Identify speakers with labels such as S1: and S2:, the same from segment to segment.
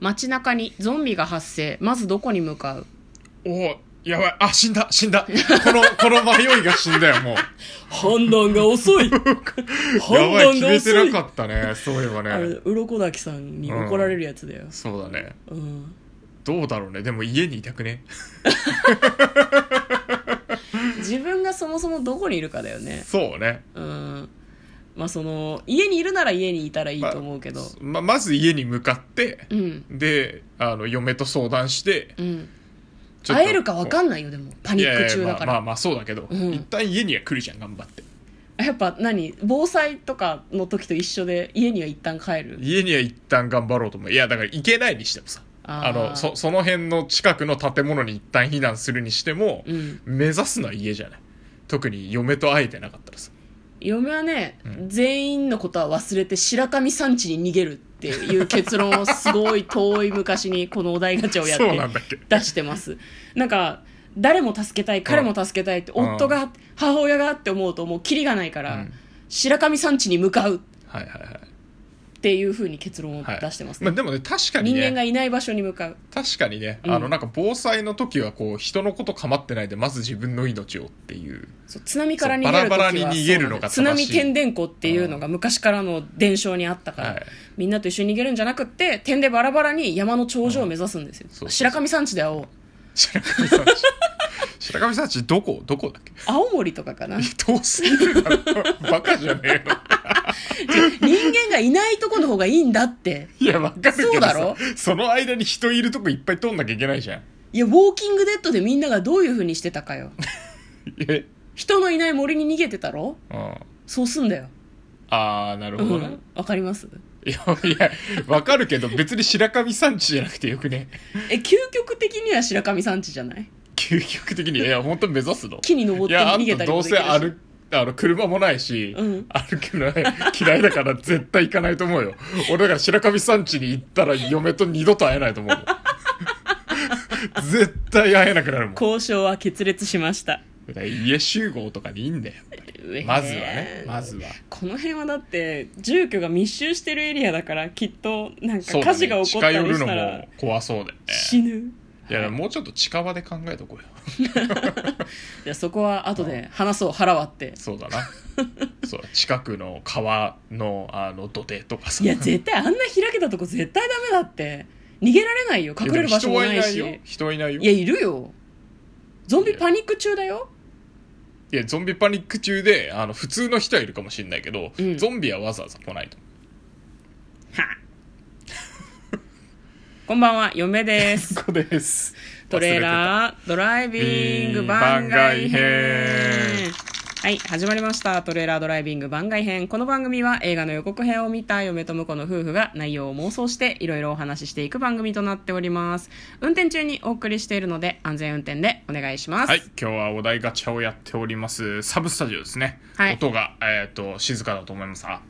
S1: 街中にゾンビが発生。まずどこに向かう
S2: おおやばい。あ、死んだ、死ん だ。この、この迷いが死んだよ、もう。
S3: 判断が遅 い判
S2: やばい、
S3: 断
S2: 決
S3: が遅
S2: めてないかったね。そういえば
S3: あれ
S2: ね。
S3: 鱗滝さんに怒られるやつだよ、
S2: そうだね。
S3: うん
S2: どうだろうね。でも家にいたくね。
S3: 自分がそもそもどこにいるかだよね
S2: そうね。
S3: うんまあその家にいるなら家にいたらいいと思うけど、
S2: ま、まず家に向かって、
S1: うん。
S2: で、あの、嫁と相談して、
S1: うん。
S2: ちょっと
S1: 会えるかわかんないよ、でも。パニック中だから。
S2: いやいやまあまあまあそうだけど、
S1: うん
S2: 一旦家には来るじゃん頑張って
S3: やっぱ何防災とかの時と一緒で家には一旦帰る
S2: 家には一旦頑張ろうと思ういやだから行けないにしてもさ
S3: あ
S2: あのそその辺の近くの建物に一旦避難するにしても、
S3: うん
S2: 目指すのは家じゃない特に嫁と会えてなかったらさ
S3: 嫁はね、
S2: うん
S3: 全員のことは忘れて白神山地に逃げるっていう結論をすごい遠い昔にこのお題ガチャをやっ
S2: そうなん
S3: て
S2: だっけ
S3: 出してますなんか誰も助けたい彼も助けたいって、
S2: うん
S3: 夫が母親がって思うともうキリがないから、
S2: うん
S3: 白神山地に向かうっ
S2: はいはいはい
S3: ていうふうに結論を
S2: はい
S3: 出してますね、
S2: まあ、でもね確かに
S3: 人間
S2: ね
S3: がいない場所に向かう
S2: 確かにね、
S3: うん
S2: あのなんか防災の時はこう人のこと構ってないでまず自分の命をっていう
S3: そう津波から逃げ
S2: そう
S3: る時は
S2: バラバラに逃げるのが正しい
S3: そうなんです津波天伝湖っていうのが昔からの伝承にあったから、
S2: はい
S3: みんなと一緒に逃げるんじゃなくって点でバラバラに山の頂上を目指すんですよ、
S2: そうそう
S3: 白神山地で会おう
S2: 白神さんち白神さんちどこどこだっけ
S3: 青森とかかなじゃ
S2: どうすぎるだろバカじゃねえの
S3: 人間がいないとこの方がいいんだって
S2: いや、わかるけ
S3: そう
S2: ど
S3: だ
S2: さ
S3: ろ
S2: その間に人いるとこいっぱい通んなきゃいけないじゃん。
S3: いやウォーキングデッドでみんながどういう風にしてたかよ
S2: え
S3: 人のいない森に逃げてたろ
S2: うん。
S3: そうすんだよ
S2: あー、なる
S3: う
S2: ほど
S3: ん
S2: ね。
S3: わかります
S2: いや、いや、わかるけど、別に白神山地じゃなくてよくね、
S3: え究極的には白神山地じゃない
S2: 究極的に、いや、本当に目指すの。
S3: 木に登
S2: い
S3: って
S2: や、あ
S3: 逃
S2: ん
S3: げ
S2: た
S3: たり
S2: ど
S3: も
S2: う
S3: でき
S2: せ
S3: るし
S2: 歩あの、車もないし、
S3: うん
S2: 歩くのね嫌いだから絶対行かないと思うよ。 俺だから白神山地に行ったら嫁と二度と会えないと思うよ。 絶対会えなくなるもん。
S3: 交渉は決裂しました
S2: だから家集合とかにいいんだよ。まずはね。まずは。
S3: この辺はだって住居が密集してるエリアだからきっとなんか
S2: そうだ
S3: 火事
S2: ね
S3: が起こった
S2: 近寄
S3: り
S2: る
S3: し
S2: の
S3: たら
S2: も怖そうだよね
S3: 死ぬ
S2: いやもうちょっと近場で考えとこうよ
S3: じゃあそこは後で話そう腹割って
S2: そうだ なそう近くの川のあの土手とかさ
S3: いや絶対あんな開けたとこ絶対ダメだって逃げられないよ隠れる場所もないし
S2: い
S3: い
S2: やでも人はいないよ人はいないよ
S3: やいるよゾンビパニック中だよ
S2: いやゾンビパニック中であの普通の人はいるかもしれないけど、
S3: うん
S2: ゾンビはわざわざ来ないと
S3: はあこんばんは嫁です
S2: ここです
S3: トレーラードライビング番外編
S2: ビーン番外編
S3: はい始まりましたトレーラードライビング番外編この番組は映画の予告編を見た嫁と婿の夫婦が内容を妄想していろいろお話ししていく番組となっております運転中にお送りしているので安全運転でお願いします、
S2: はい今日はお題ガチャをやっておりますサブスタジオですね、
S3: はい
S2: 音が、えー、と静かだと思いますあ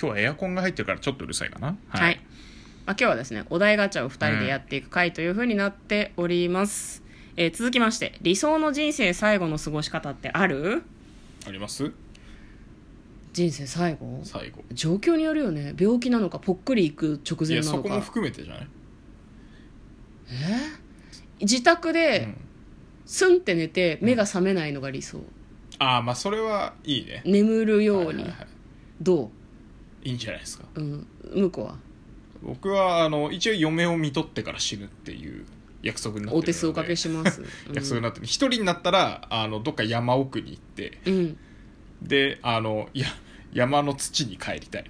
S2: 今日はエアコンが入ってるからちょっとうるさいかな
S3: はい、まあ、今日はですねお題ガチャを2人でやっていく回というふうになっております、えー続きまして理想の人生最後の過ごし方ってある
S2: あります
S3: 人生最後
S2: 最後
S3: 状況によるよね病気なのかぽっくりいく直
S2: い
S3: 前
S2: や
S3: な
S2: そ
S3: の
S2: こも
S3: か
S2: 含めてじゃない
S3: 自宅
S2: う
S3: で
S2: ん
S3: スンって寝て目が覚めないのが理想
S2: ああまあそれはいいね
S3: 眠るように
S2: はいはいは
S3: ど
S2: い、いいんじゃないですか
S3: う、うん、向こうは
S2: 僕はあの一応嫁を見とってから死ぬっていう約束になってるので
S3: お手数おかけし ます、
S2: 約束になってる一人になったらあのどっか山奥に行って
S3: うん、うん、
S2: であのいや山の土に帰り たい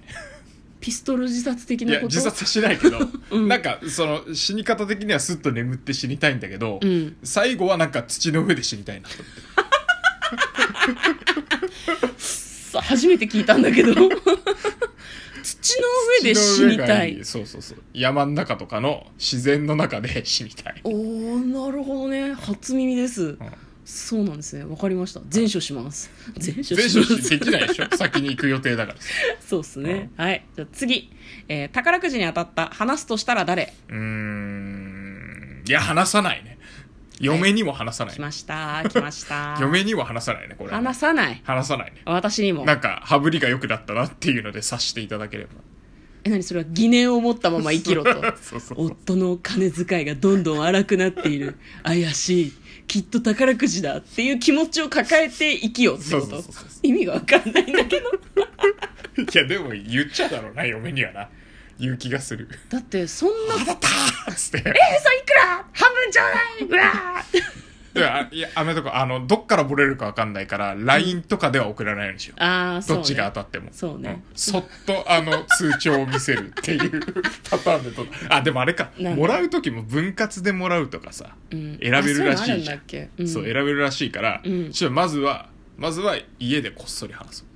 S3: ピストル自殺的
S2: い
S3: な
S2: や
S3: こと
S2: 自殺はしないけど、
S3: うん
S2: なんかその死に方的にはスッと眠って死にたいんだけど、
S3: うん
S2: 最後はなんか土の上で死にたいなと
S3: さ初めて聞いたんだ けど土の上で死にた
S2: 土の上が
S3: い
S2: そうそうそう山の中とかの自然の中で死にたい
S3: おおなるほどね初耳です、そうなんですねわかりました全処します全処しま
S2: 全
S3: す
S2: 処しできないでしょ先に行く予定だからさ
S3: そうっすね、はいじゃあ次、えー宝くじに当たった話すとしたら誰
S2: うーんいや話さないね嫁にも話さない、
S3: 来ました来ました
S2: 嫁にも話さないねこれはね
S3: 話さない
S2: 話さないね
S3: 私にも
S2: なんか羽振りが良くなったなっていうので察していただければ
S3: え何それは疑念を持ったまま生きろと
S2: そうそうそう
S3: 夫の金遣いがどんどん荒くなっている怪しいきっと宝くじだっていう気持ちを抱えて生きようってこ
S2: そう
S3: と
S2: そうそうそう
S3: 意味がわかんないんだけど
S2: いやでも言っちゃうだろうな嫁にはな言う気がする
S1: だってそんな
S2: 「だった!」っつ っ
S1: 「え
S2: て
S1: それいくら半分ちょうだいうわー!
S2: いやいやあめとかあのどっからボレるかわかんないから LINE とかでは送らないようにしよ」う
S3: ああそう、
S2: ど
S3: ね、
S2: っちが当たっても
S3: そうね
S2: んそっとあの通帳を見せるっていう パターンでとあでもあれか
S3: なんだ
S2: もらう時も分割でもらうとかさ、
S3: ん
S2: 選べるらしいじ
S1: あそういうのあ
S2: ゃん
S1: るんだっけ
S2: そう
S1: うん
S2: 選べるらしいから、
S3: ん
S2: ちょっとまずはまずは家でこっそり話そう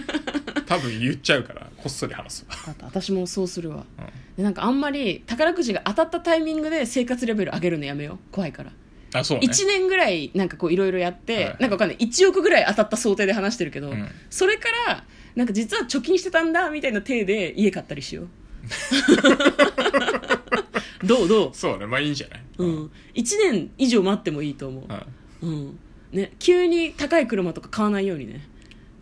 S2: 多分言っちゃうからこっそり話そう
S3: わかった私もそうするわ、
S2: うん
S3: でなんかあんまり宝くじが当たったタイミングで生活レベル上げるのやめよう怖いから
S2: あそうね
S3: 1年ぐらいなんかこういろいろやって、
S2: はいはい
S3: なんかわかんない1億ぐらい当たった想定で話してるけど、
S2: うん
S3: それからなんか実は貯金してたんだみたいな体で家買ったりし ようどうど、
S2: そうねまあいいんじゃないう
S3: うん、1年以上待ってもいいと思う、
S2: はい
S3: うんね、急に高い車とか買わないようにね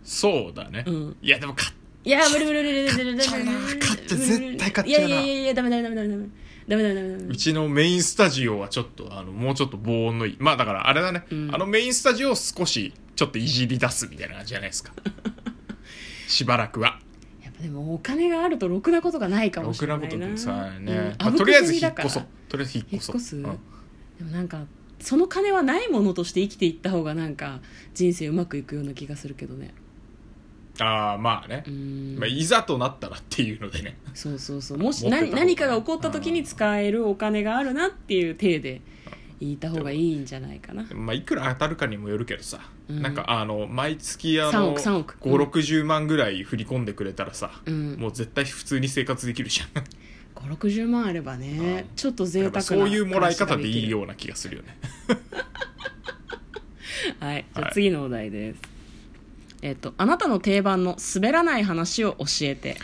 S2: そうだね、
S3: うん
S2: いやでも買っ
S3: いや無理無理無理無理無理無理無理
S2: 買っちゃうな買っちゃう絶対買っちゃうない
S3: やいやいやいやダメダメダメダメダメダメダメダメダメ
S2: うちのメインスタジオはちょっとあのもうちょっと防音のいいまあだからあれだね、
S3: ん
S2: あのメインスタジオを少しちょっといじり出すみたいな感じじゃないです かしばらくは
S3: やっぱでもお金があるとろくなことがないか
S2: ろ
S3: もし
S2: く
S3: れな
S2: ない
S3: な
S2: ことってさね、
S3: うん
S2: まあとりあえず
S3: あぶく銭
S2: 引っ
S3: だから
S2: 越そうとりあえず引っ
S3: 引っ
S2: 越そう
S3: 越す、
S2: うん
S3: でもなんかその金はないものとして生きていった方がなんか人生うまくいくような気がするけどね
S2: ああまあね
S3: う、ん、
S2: まあ、いざとなったらっていうのでね、
S3: そうそうそうもし
S2: 持って
S3: 何
S2: た方が
S3: 何かが起こった時に使えるお金があるなっていう体で言いた方がいいんじゃないかな
S2: まあ、いくら当たるかにもよるけどさ、
S3: うん
S2: なんかあの毎月あ
S3: 3
S2: の
S3: 億3億
S2: 5 6 0万ぐらい振り込んでくれたらさ、
S3: うん
S2: もう絶対普通に生活できるじゃん
S3: 560万あればね
S2: うん
S3: ちょっと贅
S2: や
S3: 沢
S2: っぱ
S3: な
S2: そういうもらい方でいい
S3: 暮
S2: ような気がするよね
S3: らしができるはいじゃ
S2: は
S3: あ
S2: い
S3: 次のお題です、えっとあなたの定番の滑らない話を教えて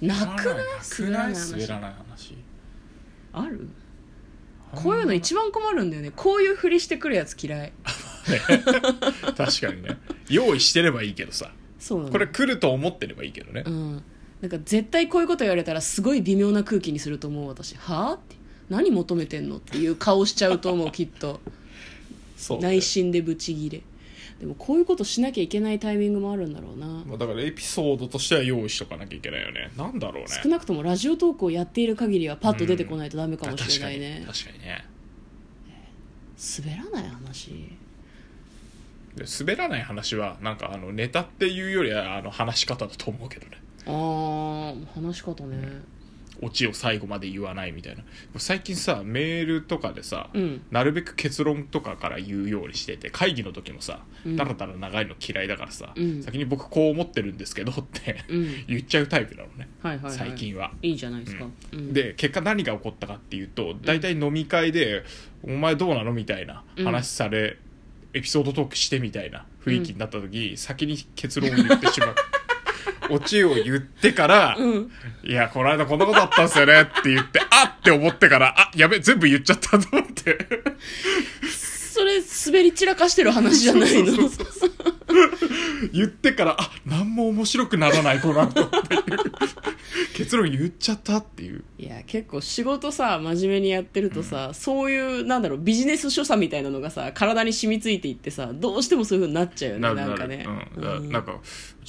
S3: なくない
S2: くない
S3: 滑
S2: 滑
S3: ら
S2: らない話
S3: あるこういうの一番困るんだよねこういうふりしてくるやつ嫌い
S2: 確かにね用意してればいいけどさ
S3: そうなの
S2: これ来ると思ってればいいけどね、
S3: うんなんか絶対こういうこと言われたらすごい微妙な空気にすると思う私はあって何求めてんのっていう顔しちゃうと思うきっと
S2: そう
S3: 内心でブチギレでもこういうことしなきゃいけないタイミングもあるんだろうな
S2: まあだからエピソードとしては用意しとかなきゃいけないよねなんだろうね
S3: 少なくともラジオトークをやっている限りはパッと出てこないとダメかもしれないね
S2: 確かに確かにね
S3: 滑らない話
S2: で滑らない話はなんかあのネタっていうよりはあの話し方だと思うけどね
S3: あー話し方ね
S2: オチを最後まで言わないみたいな最近さメールとかでさ、
S3: うん
S2: なるべく結論とかから言うようにしてて会議の時もさ
S3: うん
S2: だらだら長いの嫌いだからさ、
S3: うん
S2: 先に僕こう思ってるんですけどって
S3: うん
S2: 言っちゃうタイプなのね、
S3: はいはい、はい、
S2: 最近はい
S3: いじゃないですか、うん
S2: で結果何が起こったかっていうと大体飲み会で「お前どうなの?」みたいな
S3: うん
S2: 話され、エピソードトークしてみたいな雰囲気になった時、先に結論を言って しまうオチを言ってから「
S3: うん
S2: いやこの間こんなことあったんすよね」って言って「あっ!」って思ってから「あやべ全部言っちゃった」と思って
S3: それ滑り散らかしてる話じゃないの
S2: 言ってから「あ何も面白くならないこの後っていう結論言っちゃったっていう
S3: いや結構仕事さ真面目にやってるとさ、そういうなんだろうビジネス所作みたいなのがさ体に染みついていってさどうしてもそういうふうになっちゃうよねな
S2: る
S3: ん
S2: る
S3: かね、
S2: うんだ
S3: うん
S2: なんかう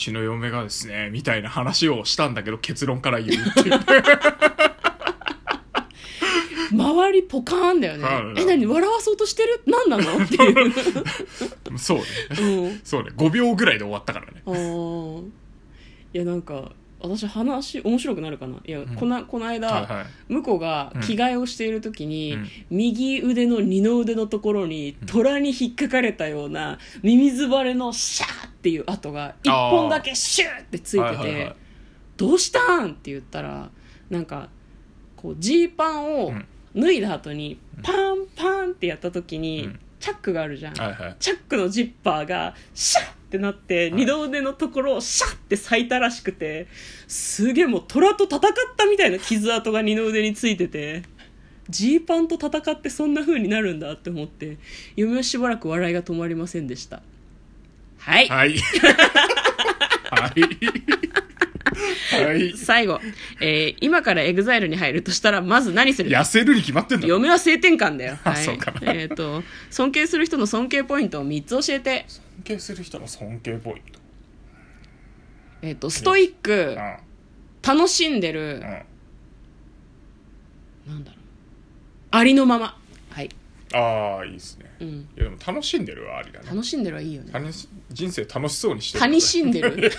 S2: ちの嫁がですねみたいな話をしたんだけど結論から言うっ ていう
S3: 周りポカーンだよね
S2: はいはい
S3: え何笑わそうとしてる何なのっていう、
S2: そうね
S3: うん
S2: そうね5秒ぐらいで終わったからね
S3: あーいやなんか私話面白くなるかないや、こなこの間、
S2: はいはい
S3: 向こうが
S2: うん
S3: 着替えをしている時に、
S2: うん
S3: 右腕の二の腕のところに虎に引っかかれたようなミミズバレのシャーっていう跡が一本だけシューってついてて、
S2: はいはいはい
S3: どうしたんって言ったらなんかこうジーパンを
S2: うん
S3: 脱いだ後にパンパンってやった時に、
S2: うん
S3: チャックがあるじゃん、
S2: はいはい
S3: チャックのジッパーがシャッってなって、二の腕のところをシャッって咲いたらしくてすげえもう虎と戦ったみたいな傷跡が二の腕についててジーパンと戦ってそんな風になるんだって思って嫁はしばらく笑いが止まりませんでしたはい、
S2: はいはいはい。
S3: 最後、えー今からエグザイルに入るとしたらまず何する
S2: 痩せるに決まってんだろ。。
S3: 嫁は性転換だよ
S2: あ
S3: はい、
S2: そうかな
S3: えっ、と尊敬する人の尊敬ポイントを3つ教えて。
S2: 尊敬する人の尊敬ポイント。
S3: えっ、とストイック
S2: う、ん。
S3: 楽しんでる
S2: う、ん。
S3: なんだろう。ありのまま。はい。
S2: ああ、いいですね。
S3: うん。
S2: いや、でも楽しんでるはありだね。
S3: 楽しんでるはいいよね。
S2: 楽し人生楽しそうにしてる。
S3: 楽しんでる。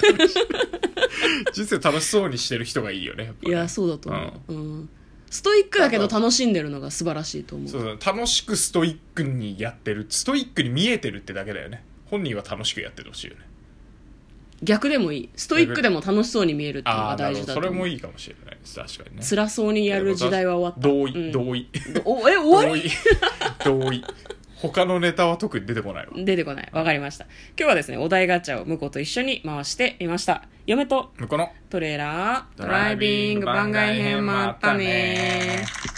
S2: 人生楽しそうにしてる人 がいいよね。やっぱ
S3: い
S2: ね
S3: や、そうだと思う。うん。ストイックだけど楽しんでるのが素晴らしいと思う。
S2: そうそう楽しくストイックにやってるストイックに見えてるってだけだよね本人は楽しくやっててほしいよね
S3: 逆でもいい。ストイックでも楽しそうに見えるっていうの
S2: ああ
S3: が大
S2: ーなる
S3: 事
S2: ほど
S3: だと
S2: それ
S3: 思
S2: も
S3: う。
S2: いいかもしれないです確かにね
S3: 辛そうにやる時代は終わった。
S2: 同
S3: うん
S2: 意同意、
S3: おえ、終わり
S2: 同意 同意他のネタは特に出てこないわ
S3: 出てこない。わかりました。今日はですね、お題ガチャを婿と一緒に回してみました。嫁と
S2: 向こうの
S3: トレーラー、ドライビング番外編もあったねー。